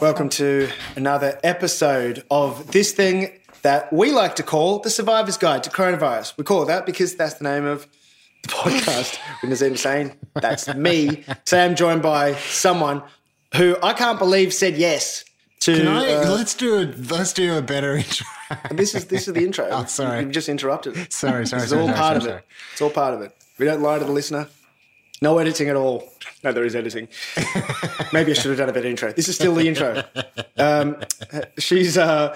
Welcome to another episode of this thing that we like to call the Survivor's Guide to Coronavirus. We call it that because that's the name of the podcast with Nazim Hussain. That's me. Today I'm joined by someone who I can't believe said yes to. Can I, uh, let's do a let's do a better intro. this is this is the intro. Oh, sorry. You've just interrupted. it. sorry, sorry, It's sorry, all sorry, part sorry, of sorry. it. It's all part of it. We don't lie to the listener. No editing at all. No, there is editing. Maybe I should have done a better intro. This is still the intro. Um, she's, uh,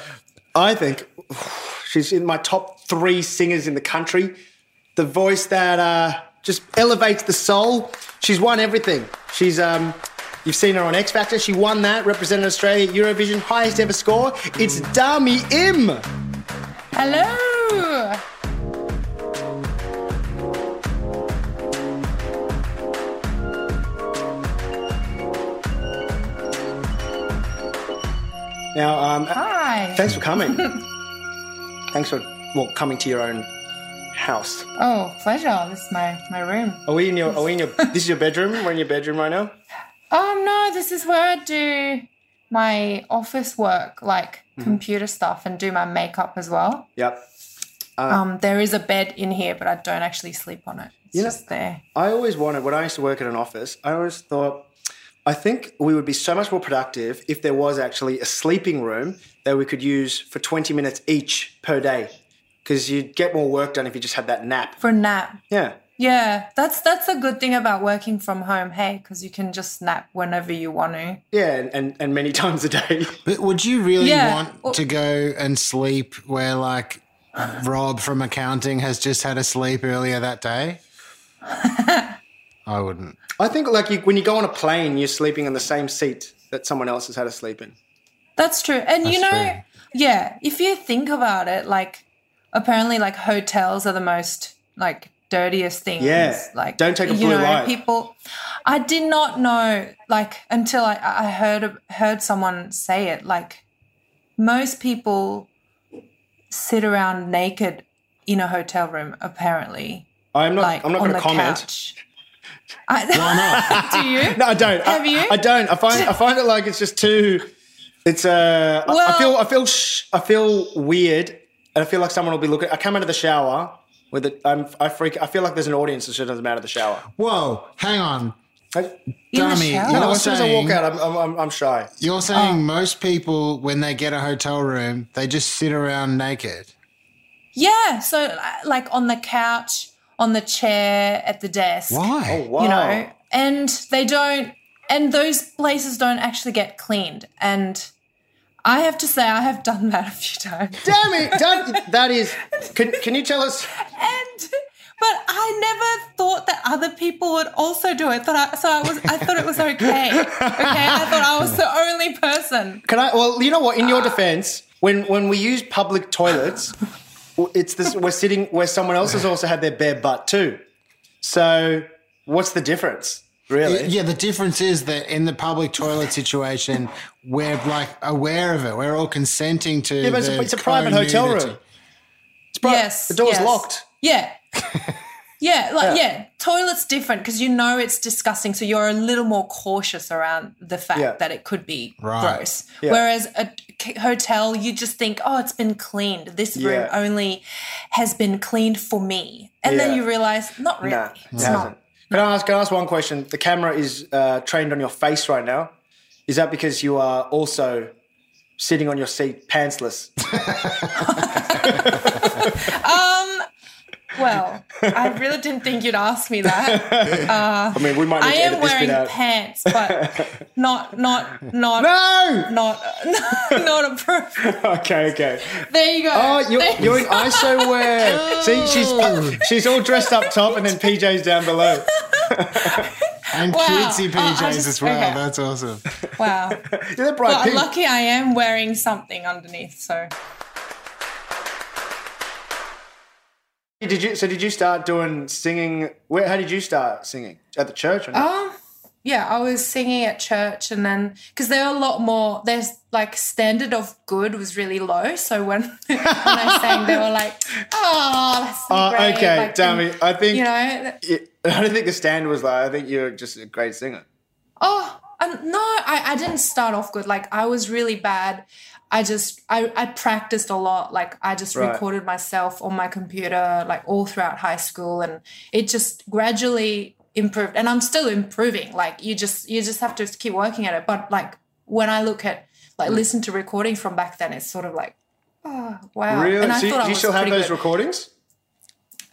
I think, she's in my top three singers in the country. The voice that uh, just elevates the soul. She's won everything. She's, um, you've seen her on X Factor. She won that, represented Australia at Eurovision, highest ever score. It's Dami Im. Hello. Now, um, Hi. Thanks for coming. Thanks for well coming to your own house. Oh, pleasure. This is my, my room. Are we in your? Are we in your? this is your bedroom. We're in your bedroom right now. Oh no, this is where I do my office work, like computer stuff, and do my makeup as well. Yep. Um, there is a bed in here, but I don't actually sleep on it. It's know- just there. I always wanted when I used to work at an office. I always thought. I think we would be so much more productive if there was actually a sleeping room that we could use for 20 minutes each per day. Because you'd get more work done if you just had that nap. For a nap. Yeah. Yeah, that's that's a good thing about working from home, hey, because you can just nap whenever you want to. Yeah. And, and, and many times a day. But would you really Yeah. want Well- to go and sleep where like Rob from accounting has just had a sleep earlier that day? I wouldn't. I think, like, you, when you go on a plane, you're sleeping on the same seat that someone else has had a sleep in. That's true. And you know, That's yeah, if you think about it, like apparently like hotels are the most like dirtiest things. Yeah. Like Don't take a you blue know, light. People I did not know like until I, I heard heard someone say it, like most people sit around naked in a hotel room, apparently. I'm not. Like I'm not on going to the comment. couch. I, do you? No, I don't. Have I, you? I don't. I find I find it like it's just too. It's uh. I- I Well- feel I feel sh- I feel weird, and I feel like someone will be looking. I come out of the shower with it. I'm I freak. I feel like there's an audience as soon as I'm out of the shower. Whoa, hang on. I, In the Dummy, shower? you no, know- as soon as I saying- walk out, I'm I'm, I'm, I'm shy. You're Oh. saying most people when they get a hotel room, they just sit around naked. Yeah. So li- like on the couch, on the chair, at the desk. Oh Why? wow. You know, and they don't, and those places don't actually get cleaned. And I have to say, I have done that a few times. Damn it! Don't, that is. Can can you tell us? And but I never thought that other people would also do it. Thought I, so I was, I thought it was okay. Okay, I thought I was the only person. Can I? Well, you know what? In your defense, when when we use public toilets, it's this. We're sitting where someone else has also had their bare butt too. So what's the difference, really? Oh, Yeah, the difference is that in the public toilet situation, we're like aware of it. We're all consenting to. Yeah, but it's, the a, it's a private co-nudity. hotel room. It's private. Yes, the door's yes. locked. Yeah. Yeah, like Yeah. yeah, toilet's different because you know it's disgusting, so you're a little more cautious around the fact Yeah. that it could be Right. gross. Yeah. Whereas a c- hotel, you just think, oh, it's been cleaned. This room Yeah. only has been cleaned for me, and Yeah. then you realize, not really, No, it it's hasn't. not. Can I ask? Can I ask one question? The camera is uh, trained on your face right now. Is that because you are also sitting on your seat pantsless? Well, I really didn't think you'd ask me that. I mean, we might need I to am edit this wearing bit out. pants, but not, not, not, no. not, not appropriate. Okay. Okay. There you go. Oh, you're, There you you're in ISO wear. See, she's she's all dressed up top and then PJs down below. and Wow. cutesy Oh, I PJs just- as well. okay. That's awesome. Wow. Yeah, they're bright But pink. lucky I am wearing something underneath, so Did you? So did you start doing singing? Where? How did you start singing? At the church? Or not? um yeah, I was singing at church and then because there are a lot more there's like standard of good was really low. So when when I sang they were like, Oh, that's so Uh, great. okay, like, Dami. and, I think You know it- I don't think the stand was like. I think you're just a great singer. Oh, Um, no, I, I didn't start off good. Like I was really bad. I just I, I practiced a lot. Like I just Right. recorded myself on my computer like all throughout high school and it just gradually improved. And I'm still improving. Like you just you just have to keep working at it. But like when I look at like Hmm. listen to recording from back then, it's sort of like, oh wow. Really? And I So you- thought I do you was still have pretty those good. recordings?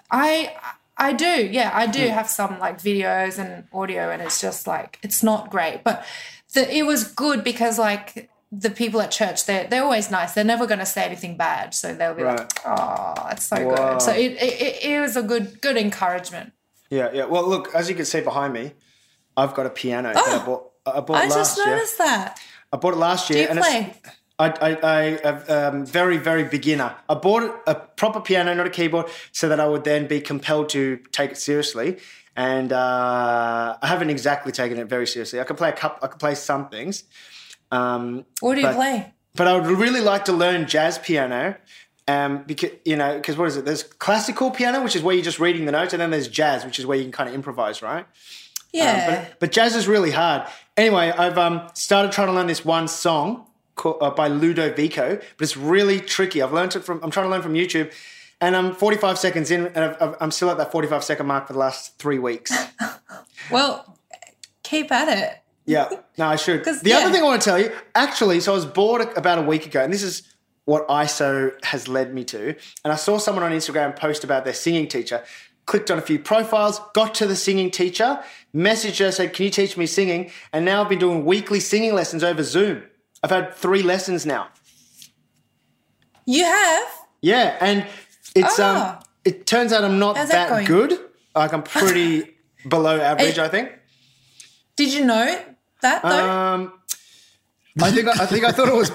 I I do, yeah, I Hmm. do have some like videos and audio, and it's just like it's not great, but the, it was good because like the people at church they they're always nice. They're never going to say anything bad, so they'll be Right. like, "Oh, it's so Wow. good." So it, it it- it was a good good encouragement. Yeah, yeah. Well, look, as you can see behind me, I've got a piano that I bought. I bought Oh. I last just year. noticed that. I bought it last Do year, you and play? it's I, I, I, um, very, very beginner. I bought it- a proper piano, not a keyboard, so that I would then be compelled to take it seriously. And uh, I haven't exactly taken it very seriously. I can play a couple. I can play some things. Um, What do you but- play? but I would really like to learn jazz piano. Um, because you know, because what is it? There's classical piano, which is where you're just reading the notes, and then there's jazz, which is where you can kind of improvise, right? Yeah. But, but jazz is really hard. Anyway, I've um, started trying to learn this one song called, uh, by Ludovico, but it's really tricky. I've learned it from. I'm trying to learn from YouTube, and I'm 45 seconds in, and I've, I've, I'm still at that 45 second mark for the last three weeks. well, keep at it. Yeah, no, I should. 'Cause- The other yeah. thing I want to tell you, actually, so I was bored about a week ago, and this is what ISO has led me to. And I saw someone on Instagram post about their singing teacher. Clicked on a few profiles, got to the singing teacher, messaged her, said, "Can you teach me singing?" And now I've been doing weekly singing lessons over Zoom. I've had three lessons now. You have. Yeah, and it's um, Ah. it turns out I'm not How's that that going? good. Like I'm pretty below average, I think. Did you know that though? Um, I think I think I thought it was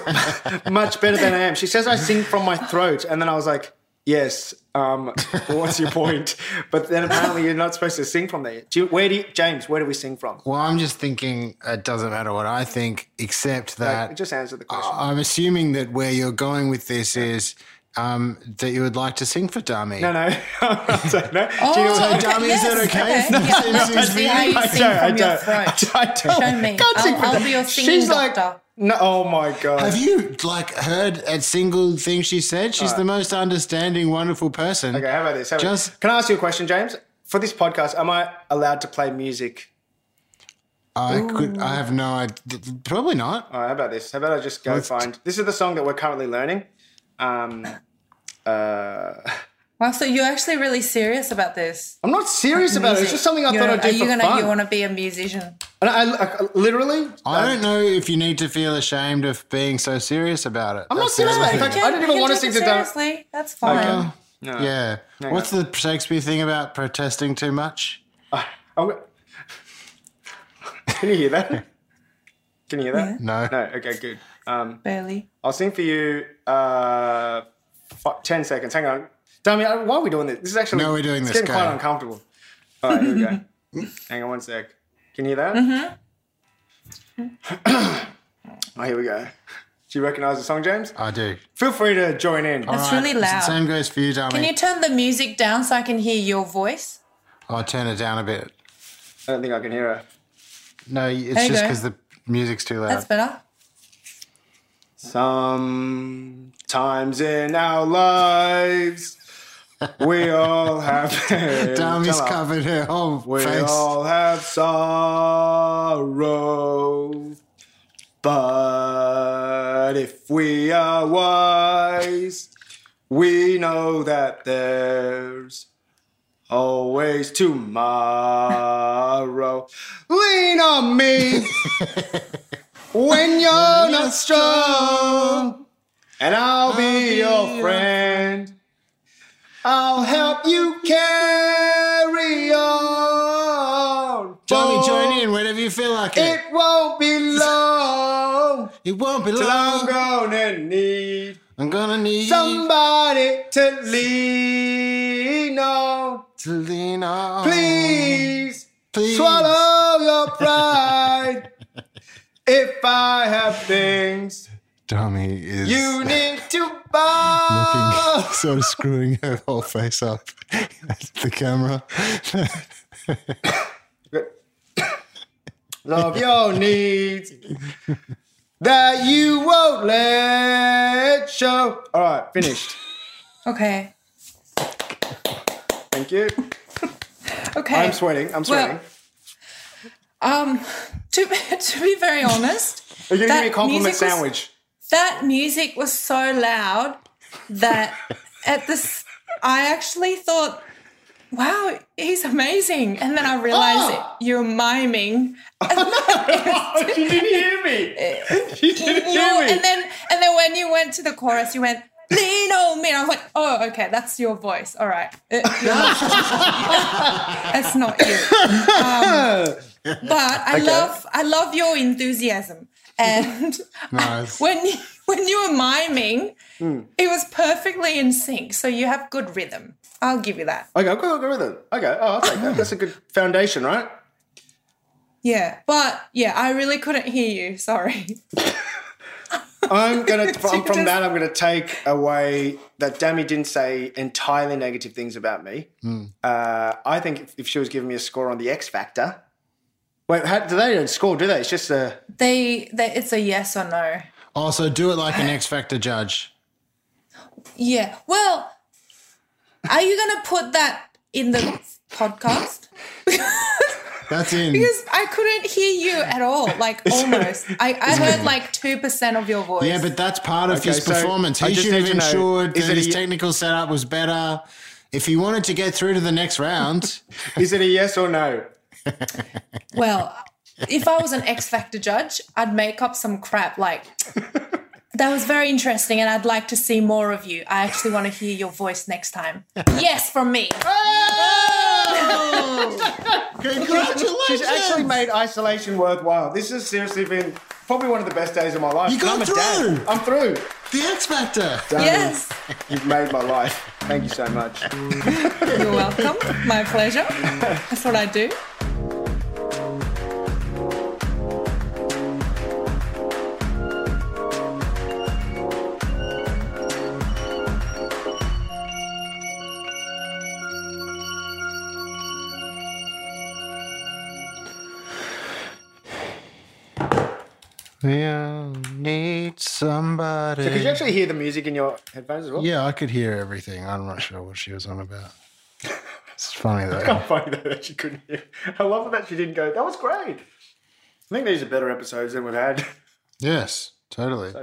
much better than I am. She says I sing from my throat, and then I was like, "Yes, um, what's your point?" But then apparently you're not supposed to sing from there. Do you, where do you, James? Where do we sing from? Well, I'm just thinking it doesn't matter what I think, except that Just answer the question. I'm assuming that where you're going with this is um, that you would like to sing for Dummy. no, no, I'm sorry, no. Do you know Oh, what- okay, dummy, is that yes, okay? It's Yeah, not let's serious see how video. you I sing don't, I from your don't, throat. I don't. Show me. Can't sing I'll- for I'll that. be your singing She's like, doctor. No, oh my god. Have you like heard a single thing she said? She's the most understanding, wonderful person. Okay, how about this? How about Just- this? Can I ask you a question, James? For this podcast, am I allowed to play music? I could. I have no idea. Probably not. All right, how about this? How about I just go find? This is the song that we're currently learning. Um, uh, Wow, so you're actually really serious about this. I'm not serious about it. Oh, It's just something I You thought know, I'd do are you for gonna, fun. You want to be a musician? and I, I- I- literally, I don't know if you need to feel ashamed of being so serious about it. I'm not serious about it. In fact, I didn't even You wanna take sing it to Dan- Seriously, that's fine. No. yeah. What's the Shakespeare thing about protesting too much? I'm go- Can you hear that? Can you hear that? No. No. Okay. Good. Um, Barely. I'll sing for you. Uh, fi- Ten seconds. Hang on. Dummy, I- why are we doing this? This is actually No, we're doing it's this, Getting go. quite uncomfortable. All right. Here we go. Hang on one sec. Can you hear that? oh, here we go. Do you recognise the song, James? I do. Feel free to join in. That's All right, really loud. Same goes for you, Dummy. Can you turn the music down so I can hear your voice? I'll turn it down a bit. I don't think I can hear her. No, it's you just go. because the music's too loud. That's better. Sometimes in our lives, we all have. Dummy's Shut up. covered her whole We face. all have sorrow, but if we are wise, we know that there's always tomorrow. Lean on me when you're not strong, and I'll be your friend. I'll help you carry on. Dummy, join For in whenever you feel like it. It won't be long It won't be till I'm long. gonna need I'm gonna need somebody to lean on. to lean on. Please Oh. Please. swallow your pride. If I have things Dummy is you need to buy. looking, sort of screwing her whole face up at the camera. Good. of your needs that you won't let show. All right, finished. Okay. Thank you. Okay. I'm sweating. I'm sweating. um, to, to be very honest, Are you going to give me a that compliment music was- sandwich? that music was so loud that at this, I actually thought, wow, he's amazing. And then I realized Oh! you're miming. oh, she didn't hear me. She didn't You- hear me. Uh, and then and then when you went to the chorus, you went, lean on me. And I was like, oh, okay, that's your voice. All right. Uh, you're not- that's not you. Um, but I love I love your enthusiasm. And Nice. when you, when you were miming, it was perfectly in sync. So you have good rhythm. I'll give you that. okay, I'll go, I'll go with it. Okay, oh, I'll take that. That's a good foundation, right? Yeah. But yeah, I really couldn't hear you. Sorry. I'm gonna from, from Just- that. I'm gonna take away that Dammy didn't say entirely negative things about me. Uh, I think if, if she was giving me a score on the X Factor, wait, how, do they don't score? Do they? It's just a They, they it's a yes or no. Also, do it like an X Factor judge. Yeah. Well, are you going to put that in the podcast? That's in. Because I couldn't hear you at all, like almost. I, I heard like 2% of your voice. yeah, but that's part of Okay, his so performance. I He just should have need to know, ensured is it that a his ye- technical setup was better. If he wanted to get through to the next round, is it a yes or no? Well, if I was an X Factor judge, I'd make up some crap like, that was very interesting and I'd like to see more of you. I actually want to hear your voice next time. Yes, from me. Oh! She's actually congratulations! made isolation worthwhile. This has seriously been probably one of the best days of my life. You And I'm got a dad. through. I'm through. the X Factor. Dammy, Yes. you've made my life. Thank you so much. You're welcome. My pleasure. That's what I do. We'll need somebody. Could you actually hear the music in your headphones as well? yeah, I could hear everything. I'm not sure what she was on about. It's funny though. How funny though that she couldn't hear. I love that she didn't go. That was great. I think these are better episodes than we've had. yes, totally.